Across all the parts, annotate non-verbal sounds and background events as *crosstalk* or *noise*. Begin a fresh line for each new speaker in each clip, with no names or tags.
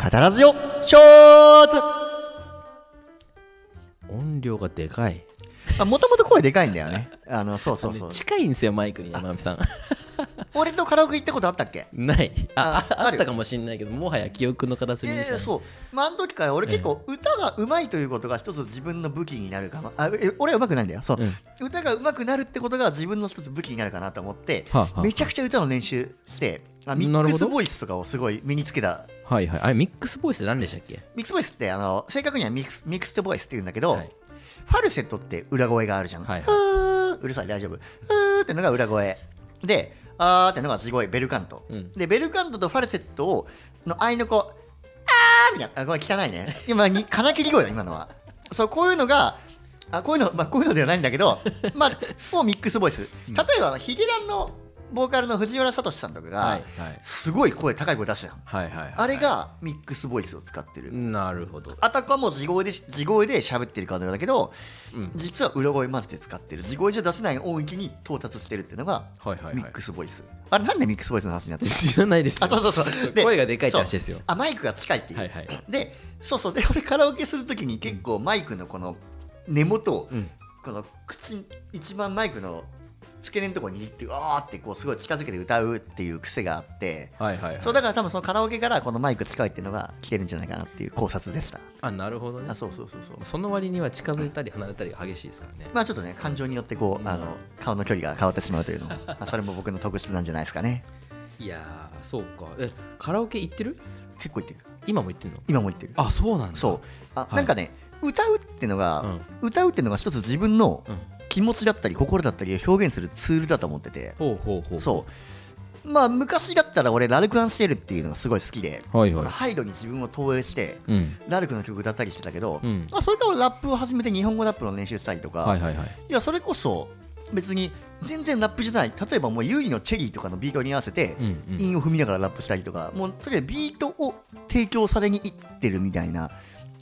語らずよショーツ
音量がでかい
まあもともと声でかいんだよ
*laughs*
ねあのそうそうそう
近いんですよマイクに山上さん
俺とカラオケ行ったことあったっけ
*laughs* ないああ
あ
あ
あ
っ
るよ
たかもしれないけどもはや記憶の片
い
隅
や
に
い
し
や
か
そうまああの時から俺結構歌がうまいということが一つ自分の武器になるかもあえ俺はうまくないんだよそう、歌がうまくなるってことが自分の一つ武器になるかなと思って、
はあはあ
めちゃくちゃ歌の練習してあミ
な
ッ
る
ク
ほ
ス
ど
ボイスとかをすごい身につけた
はいはいあれミックスボイスって何でしたっけ
ミックスボイスってあの正確にはミックスミックストボイスって言うんだけど、
はい
ファルセットって裏声があるじゃん、
はいはい
はうるさい大丈夫うーってのが裏声であーってのがすごいベルカント、
うん
でベルカントとファルセットをの合いの子あーみたいなあごめん汚いね今に金切り声だ今のはそうこういうのがあこういうの、まあ、こういうのではないんだけど、 *laughs* まあ、もうミックスボイス例えばヒゲダンのボーカルの藤原聡さんとかが、
はいはい
すごい声高い声出すじゃん
はいはいはい
あれがミックスボイスを使ってる、
なるほど
あたかも地声で地声で喋ってるかのようだけど、
うん
実は裏声混ぜて使ってる地声じゃ出せない音域に到達してるっていうのが
はいはいはい
ミックスボイス、あれなんでミックスボイスの話になっ
*laughs*
てる
知らないです
あ
よ
そうそうそうで
声がでかいって話ですよ
そうあマイクが近いっていう、
はいはい
でそうそうで俺カラオケするときに結構マイクのこの根元を、
うん
この口一番マイクの付け根のところに握ってうわーってこうすごい近づけて歌うっていう癖があって、
はいはいはい
そうだから多分そのカラオケからこのマイク近いっていうのが来てるんじゃないかなっていう考察でした
あなるほどね
あそうそうそうそう
その割には近づいたり離れたりが激しいですからね
まあちょっとね感情によってこうあの顔の距離が変わってしまうというのもまあそれも僕の特質なんじゃないですかね
いやーそうかえカラオケ行ってる
結構言ってる
今も行ってるの
今も言ってる
あそうなんだ
そうあ、
はい
なんかね歌うってのが、歌うってのが一つ自分の
うん
気持ちだったり心だったりを表現するツールだと思ってて
ほうほうほう
そうまあ昔だったら俺ラルク・アンシエルっていうのがすごい好きで、
はいはい
ハイドに自分を投影して
うん
ラルクの曲歌ったりしてたけど、
うん
まあ、それから俺ラップを始めて日本語ラップの練習したりとか、
はいはいはい
いやそれこそ別に全然ラップじゃない例えばもうユイのチェリーとかのビートに合わせて
うんうん
韻を踏みながらラップしたりとかもうとりあえずビートを提供されに行ってるみたいな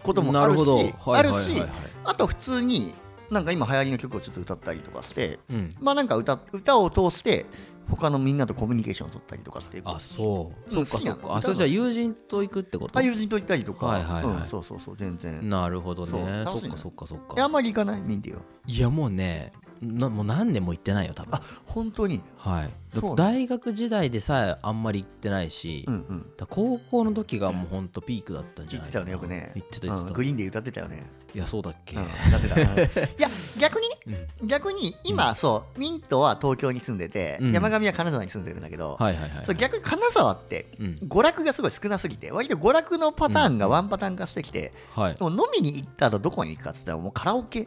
こともあるしあるしあと普通になんか今流行りの曲をちょっと歌ったりとかして
うん
まあなんか歌歌を通して他のみんなとコミュニケーションを取ったりとかっていう
あそうそ
うん
っか
好き
そ
な
っ
の
かあそれじゃあ友人と行くってこと
あ友人と行ったりとか、
はいはいはい
うん、そうそうそう全然
なるほど
そう
ねそ
楽
っ
しい
か
の
そっかそっ
いやあ
か
んまり行かないミンディはい
やもうねなもう何年も行ってないよ多分
あ本当に
はい
そうね
大学時代でさえあんまり行ってないし
うんうん
だから高校の時がもうほんとピークだったんじ
行
ゃ
っ
な
てた
いか
よ
な
ねよくね
行ってた行っ
う
て
ん
た
グ
い
リーンで歌ってたよね
やそうだっけ
うんだってだいや逆にね、逆に今、そうミントは東京に住んでて、
うん
山上は金沢に住んでるんだけど、
はいはいはい
そう逆に金沢って
うん
娯楽がすごい少なすぎて割と娯楽のパターンがワンパターン化してきて、
はい
もう飲みに行った後どこに行くかっつったらもうカラオケ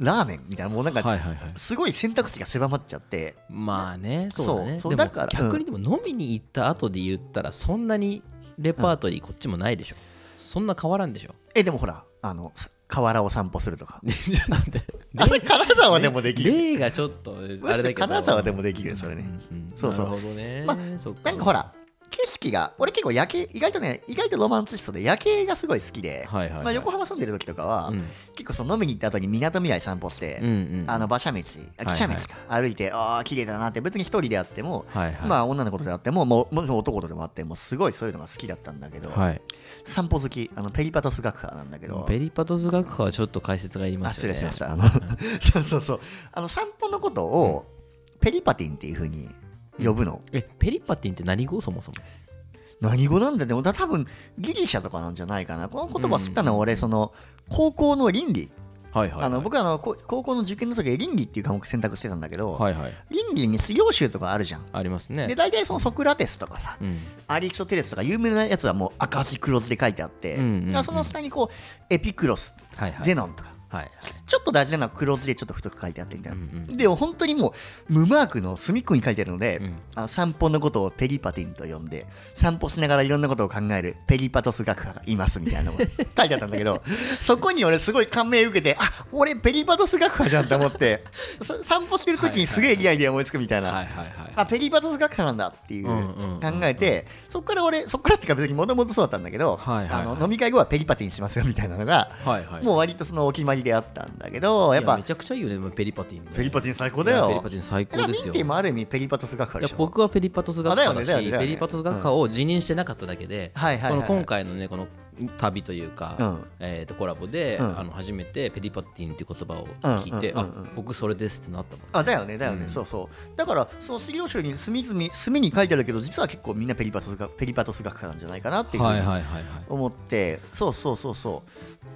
ラーメンみたいなもうなん
は
か
いはいはい
すごい選択肢が狭まっちゃって、
まあねそうだね
そうそう
でも
だから
逆にでも飲みに行った後で言ったらそんなにレパートリーこっちもないでしょ、そんな変わらんでし
*laughs*
ょ
えでもほらあの河原を散歩するとか
ちょっと待って
あそれ金沢でもできる
例がちょっとあ
む
れ
し
だ
ろ
けど
金沢でもできるよそれね、
うん
そうそう
なるほどね、
ま
そっか
なんかほら景色が俺結構夜景意外とね意外とロマンチストで夜景がすごい好きで、
はいはいはい
まあ、横浜住んでる時とかは、
うん
結構その飲みに行った後にみなとみらい散歩して、
うんうん
あの馬車道あ汽車道か、歩いてああ綺麗だなって別に一人であっても、
はいはい
まあ女の子とであってももうもちろん男とでもあってもすごいそういうのが好きだったんだけど、
はい
散歩好きあのペリパトス学派なんだけど
ペリパトス学派はちょっと解説がいり
あ
ます
失
よね
礼しましたあの *laughs* そうそうそうあの散歩のことをペリパティンっていうふうに呼ぶの、
えペリパティンって何語そもそも
何語なんだでもだ多分ギリシャとかなんじゃないかなこの言葉知ったのは俺その高校の倫理
はいはいはい
あの僕はあのこ高校の受験の時倫理っていう科目選択してたんだけど、
はいはい
倫理に資料集とかあるじゃん
ありますね
で大体そのソクラテスとかさ
うん
アリストテレスとか有名なやつはもう赤字黒字で書いてあって、
うんうんうん
だからその下にこうエピクロス、
はいはい
ゼノンとか
はいはい
ちょっと大事なのは黒字でちょっと太く書いてあってみたいな、
うんう
でも本当にもう無マークの隅っこに書いてあるので、
うん
あの散歩のことをペリパティンと呼んで散歩しながらいろんなことを考えるペリパトス学派がいますみたいなのが書いてあったんだけ
*laughs*
どそこに俺すごい感銘受けてあ俺ペリパトス学派じゃんと思ってそ散歩してる時にすげえリアイで思いつくみたいな、
はいはいはい
あペリパトス学派なんだっていう
うんうんうん
考えてそこから俺そこからっていうか別にもともとそうだったんだけど
はいはいはい
あの飲み会後はペリパティンしますよみたいなのが
はいはい
もう割とそのお決まりりであったんだけどやっ
い
ぱ
めちゃくちゃいいよね、まあペリパティンね。
ペリパティン最高
ィ
だよ
ペリパティン最
えだから
高で
ミ
す
ッ
よ
ティ。もある意味ペリパトス学科
い
で
や
しょ
僕はペリパトス学
あだ
科
よね
だし
だよねだよね
ペリパトス学科を辞任してなかっただけで、
はいはいはいはい
この今回のねこの旅というか、
うん
えー、とコラボで、
うん
あの初めてペリパティンっていう言葉を聞いて、
うんうんうんうん
あ僕それですってなったもん
あだよねだよね、
うん
そうそうだからその資料集に隅々隅に書いてあるけど実は結構みんなペリパトスがペリパトス学科なんじゃないかなっていうふう
はい
に
はいはいはい
思って、そうそうそうそ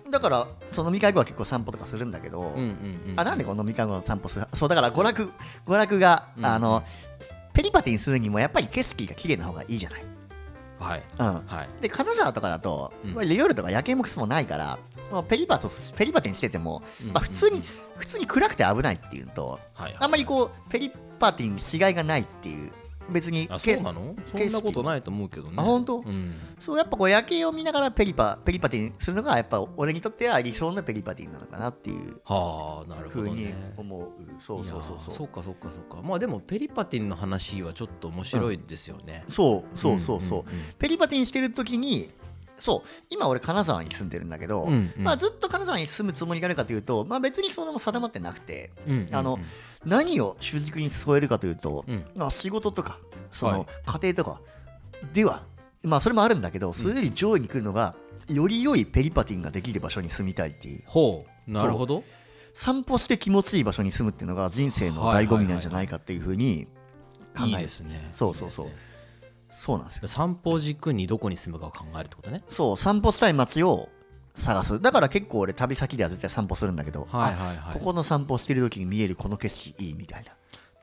うだからその飲み会後は結構散歩とかするんだけど、
うんうんうん
あなんでこの飲み会後の散歩するそうだから娯楽娯楽が、
うん
あのペリパティにするにもやっぱり景色が綺麗な方がいいじゃない、
はい
うん、
はい
で金沢とかだと、
うん
まあ夜とか夜景もクソもないから、まあペリパトスペリパティにしてても、まあ、普通に、
うんうん
普通に暗くて危ないっていうのと
はいはい
あんまりこうペリパティにしがいがないっていう別に
あ
け
そうなのそ
景色
んなことないと思うけどね
あ本当
うん
そうやっぱこう夜景を見ながらペリパペリパティにするのがやっぱ俺にとっては理想のペリパティなのかなっていう
はあなる
ふ
ほ
う
ど
に
ね
思う、そうそうそう
いやー
そう
そうかそうかそうかまあでもペリパティンの話はちょっと面白いですよね、
そうそうそうそう、
んんん
ペリパティにしてる時にそう今俺金沢に住んでるんだけど、
うんうん
まあ、ずっと金沢に住むつもりがあるかというと、まあ、別にそれも定まってなくて
うんうんうん
あの何を主軸に添えるかというと、
うん
まあ、仕事とかそ
は
の
い
家庭とかでは、まあ、それもあるんだけどそれより上位に来るのが、より良いペリパティンができる場所に住みたいっていう
ほうなるほど
散歩して気持ちいい場所に住むっていうのが人生の醍醐味なんじゃないかっていうふうに考える、
いいですね
そうそうそう
いいです
そうなんですよ
ね散歩を軸にどこに住むかを考えるってことね
そう散歩したい街を探すだから結構俺旅先では絶対散歩するんだけど、
はいはいは
あ
い
ここの散歩してる時に見えるこの景色いいみたい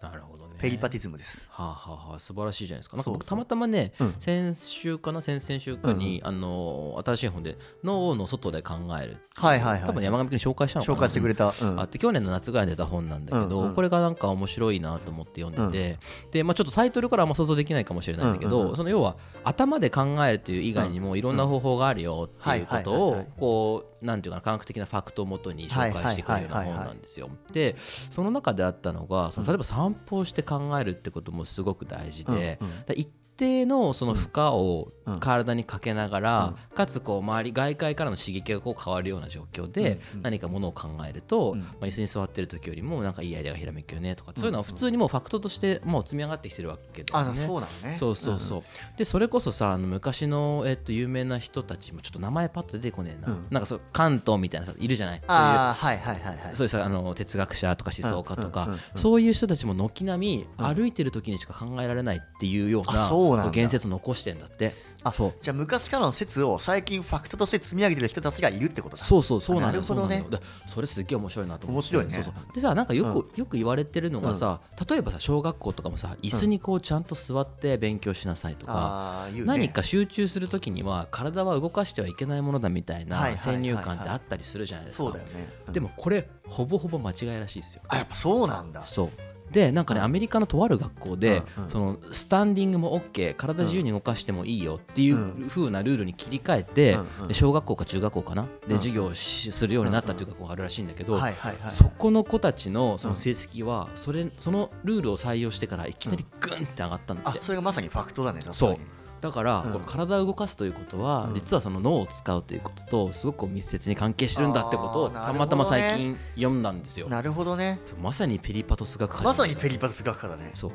な
なるほどね
ペリパティズムです、
はあはあはあ素晴らしいじゃないですかなんか
そう
僕たまたまね、
うん
先週かな先々週かに、あのー新しい本で「脳の外で考える」
はいはいはい
多分山上君に紹介したのかな
紹介してくれた、うん
あって去年の夏ぐらいに出た本なんだけど、
うんうん
これがなんか面白いなと思って読んでて、でまあ、ちょっとタイトルからはあんま想像できないかもしれないんだけど、
うんうんうん
その要は頭で考えるという以外にもいろんな方法があるよっていうこと
うんうんはいはいはいは
を
い
こうなんていうかな科学的なファクトをもとに紹介してくれるような
はいはいはいはい
本なんですよ。でその中であったのがその例えば散歩をして考えるってこともすごく大事で、
うんうん
だから一定のその負荷を
うん
体にかけながら、かつこう周り外界からの刺激がこう変わるような状況で
うんうん
何かものを考えると、
うん
まあ、椅子に座ってる時よりもなんかいいアイデアがひらめくよねとかそういうのは普通にもうファクトとしてもう積み上がってきてるわけだ
あ
よね。
そうなのね
そうそうそう、でそれこそさあの昔の、えっと、有名な人たちもちょっと名前パッと出てこねえな、
うん
なんかそう関東みたいなさいるじゃないそういう
ああはいはいはいはい
そういうさあの哲学者とか思想家と
うんうん
か
うんうん
そういう人たちも軒並み
うん
歩いてる時にしか考えられないっていうよう
あそうなん
な
だ
言説を残してんだって
あ
そう
じゃあ昔からの説を最近ファクトとして積み上げてる人たちがいるってことだ
そうそうそうなんだ
なる
よ
ほ
そう
ど
なんだ
ね
よだそれすっげえ面白いなと思って
面白いね
そうそうでさなんかよくよく言われてるのがさ例えばさ小学校とかもさ椅子にこうちゃんと座って勉強しなさいとか
ああいう、ね、
何か集中するときには体は動かしてはいけないものだみた
は
い
いはい
な
はいはい
先入観ってあったりするじゃないです
そ
か
うだよね、うん
でもこれほぼほぼ間違いらしいですよ
あやっぱそうなんだ
そうでなんかね、アメリカのとある学校で、
うんうん
そのスタンディングも OK 体自由に動かしてもいいよっていう
う
風なルールに切り替えて、
うんうん
で小学校か中学校かなで
うん
授業をしするようになったという学校があるらしいんだけど、
はいはいはい
そこの子たちのその成績はそれそのルールを採用してからいきなりグンって上がったんだ
あ
って、
それがまさにファクトだね確かに
そうだから、
うん
この体を動かすということは、
うん
実はその脳を使うということとすごく密接に関係してるんだってことを
あーなるほど
た
ね
またま最近読んだんですよ。
なるほどね
まさにペリパトス学科
まさにペリパトス学科だね
そう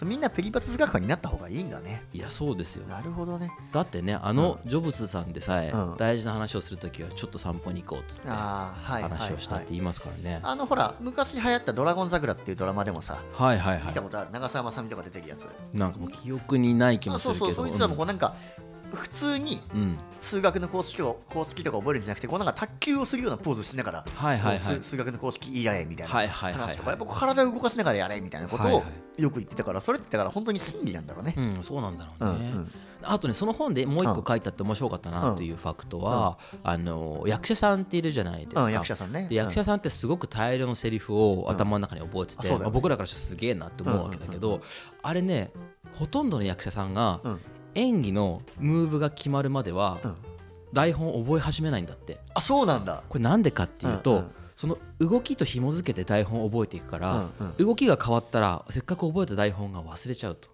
そうみんなペリパトス学科になった方がいいんだね
いやそうですよ
なるほどね
だってねあのジョブズさんでさえ、
うん
大事な話をするときはちょっと散歩に行こうっつって
ああはいはい、はい、
話をしたって言いますからね、
あのほら昔流行った「ドラゴン桜」っていうドラマでもさ
はい、はいは
見
い
たことある長澤まさみとか出てるやつ
なんかもう記憶にない気も
あ
す
そ
る
う
けど
そうそいつらもこうなんか普通に
うんうん
数学の公式を公式とか覚えるんじゃなくてこうなんか卓球をするようなポーズしながら、
はいはいはい
こう数数学の公式いいやえみたいな
はいはいはいはい
話とかやっぱこう体を動かしながらやれみたいなこと
はい
を
は
よく言ってたからそれってだから本当に真理なんだろうね
う。ん、そうなんだろ
う
うん
う
ね、
ん
あとねその本でもう一個書いてあって面白かったなっていうファクトは、あの役者さんっているじゃないですか、
うん役者さんね。
で役者さんってすごく大量のセリフを頭の中に覚えて
うんあそう
て、
だよね
まあ僕らからしたらすげえなって思うわけだけど、
うん
あれねほとんどの役者さんが
うん
演技のムーブが決まるまでは
うんうん
台本を覚え始めないんだって
あそうなんだ。
これなんでかっていうと、
うんうん
その動きと紐付けて台本を覚えていくから、
うんうん
動きが変わったらせっかく覚えた台本が忘れちゃうと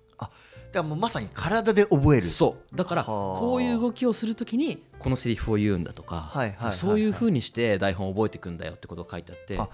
らもうまさに体で覚える
そうだから
はあ
こういう動きをするときにこのセリフを言うんだとか、
はいはいはいはい
そういうふうにして台本を覚えていくんだよってことが書いてあって
あ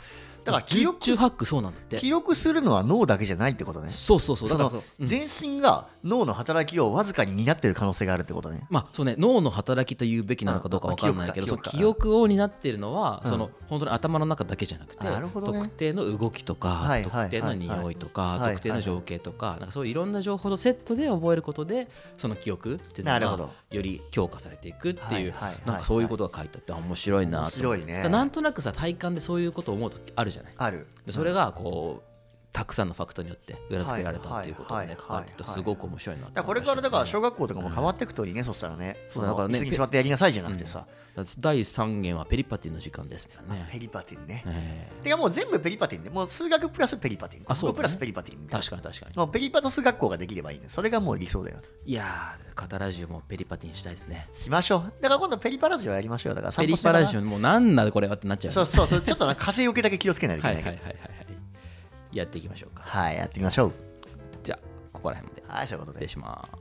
だから記
記録
録
中ハックそうなんだって
記録するのは脳だけじゃないってことね
そうそうそうだ
そ
から
の
うん
全身が脳の働きをわずかに担ってる可能性があるってことね
まあそうね、脳の働きというべきなのかどうかわかんないけ
う
ど、
ん
そ
まあ
の
記
記憶を担っているのは、
うん
その本当に頭の中だけじゃなくて、
なるほどね
特定の動きとか、
はいはいはいはい
特定の匂いとか、
はいはい
特定の情景とか、なんかそういういろんな情報とセットで覚えることで、その記憶っていう
なるほ
のが
ど
より強化されていくっていう、
はいはいはいはい
なんかそういうことが書いてあってあ面白いなと。
面白い
だ
ね
からなんとなくさ体感でそういうことを思うときあるじゃない。
ある
でそれがこうたくさんのファクトによって裏付けられた
はい
っていうことが
は
ね
い
書かれてて
はい
すごく面白いなと
だからこ
思い
れ
まし
から
たね
だから小学校とかも変わっていくといいね、そしたらねそ
だから
の
ね
椅子に座ってやりなさいじゃなくてさ、
第3弦はペリパティの時間ですみたいな
あペ
ね。
リパティンね、
ええ
てかもう全部ペリパティンでもう数学プラスペリパティン
あそう
国語プ
だね
ラスペリパティンみたいな
確かに確かに。
もうペリパと数学校ができればいいねそれがもう理想だよ
いやー、カタラジオもペリパティにしたいですね。
しましょうだから今度ペリパラジオやりましょうよだから散
ペ
歩
リ
しな
パ
がら
ラジオもうなんだこれはってなっちゃうね。
そうそうそうちょっとなんか風よけだけ気をつけないといけ
はい
な
はいい
けど
はいはい。はいやっていきましょうか。
はい、やってみましょう
じゃあ、ここら辺で
はいそういうこと
失礼
で
します。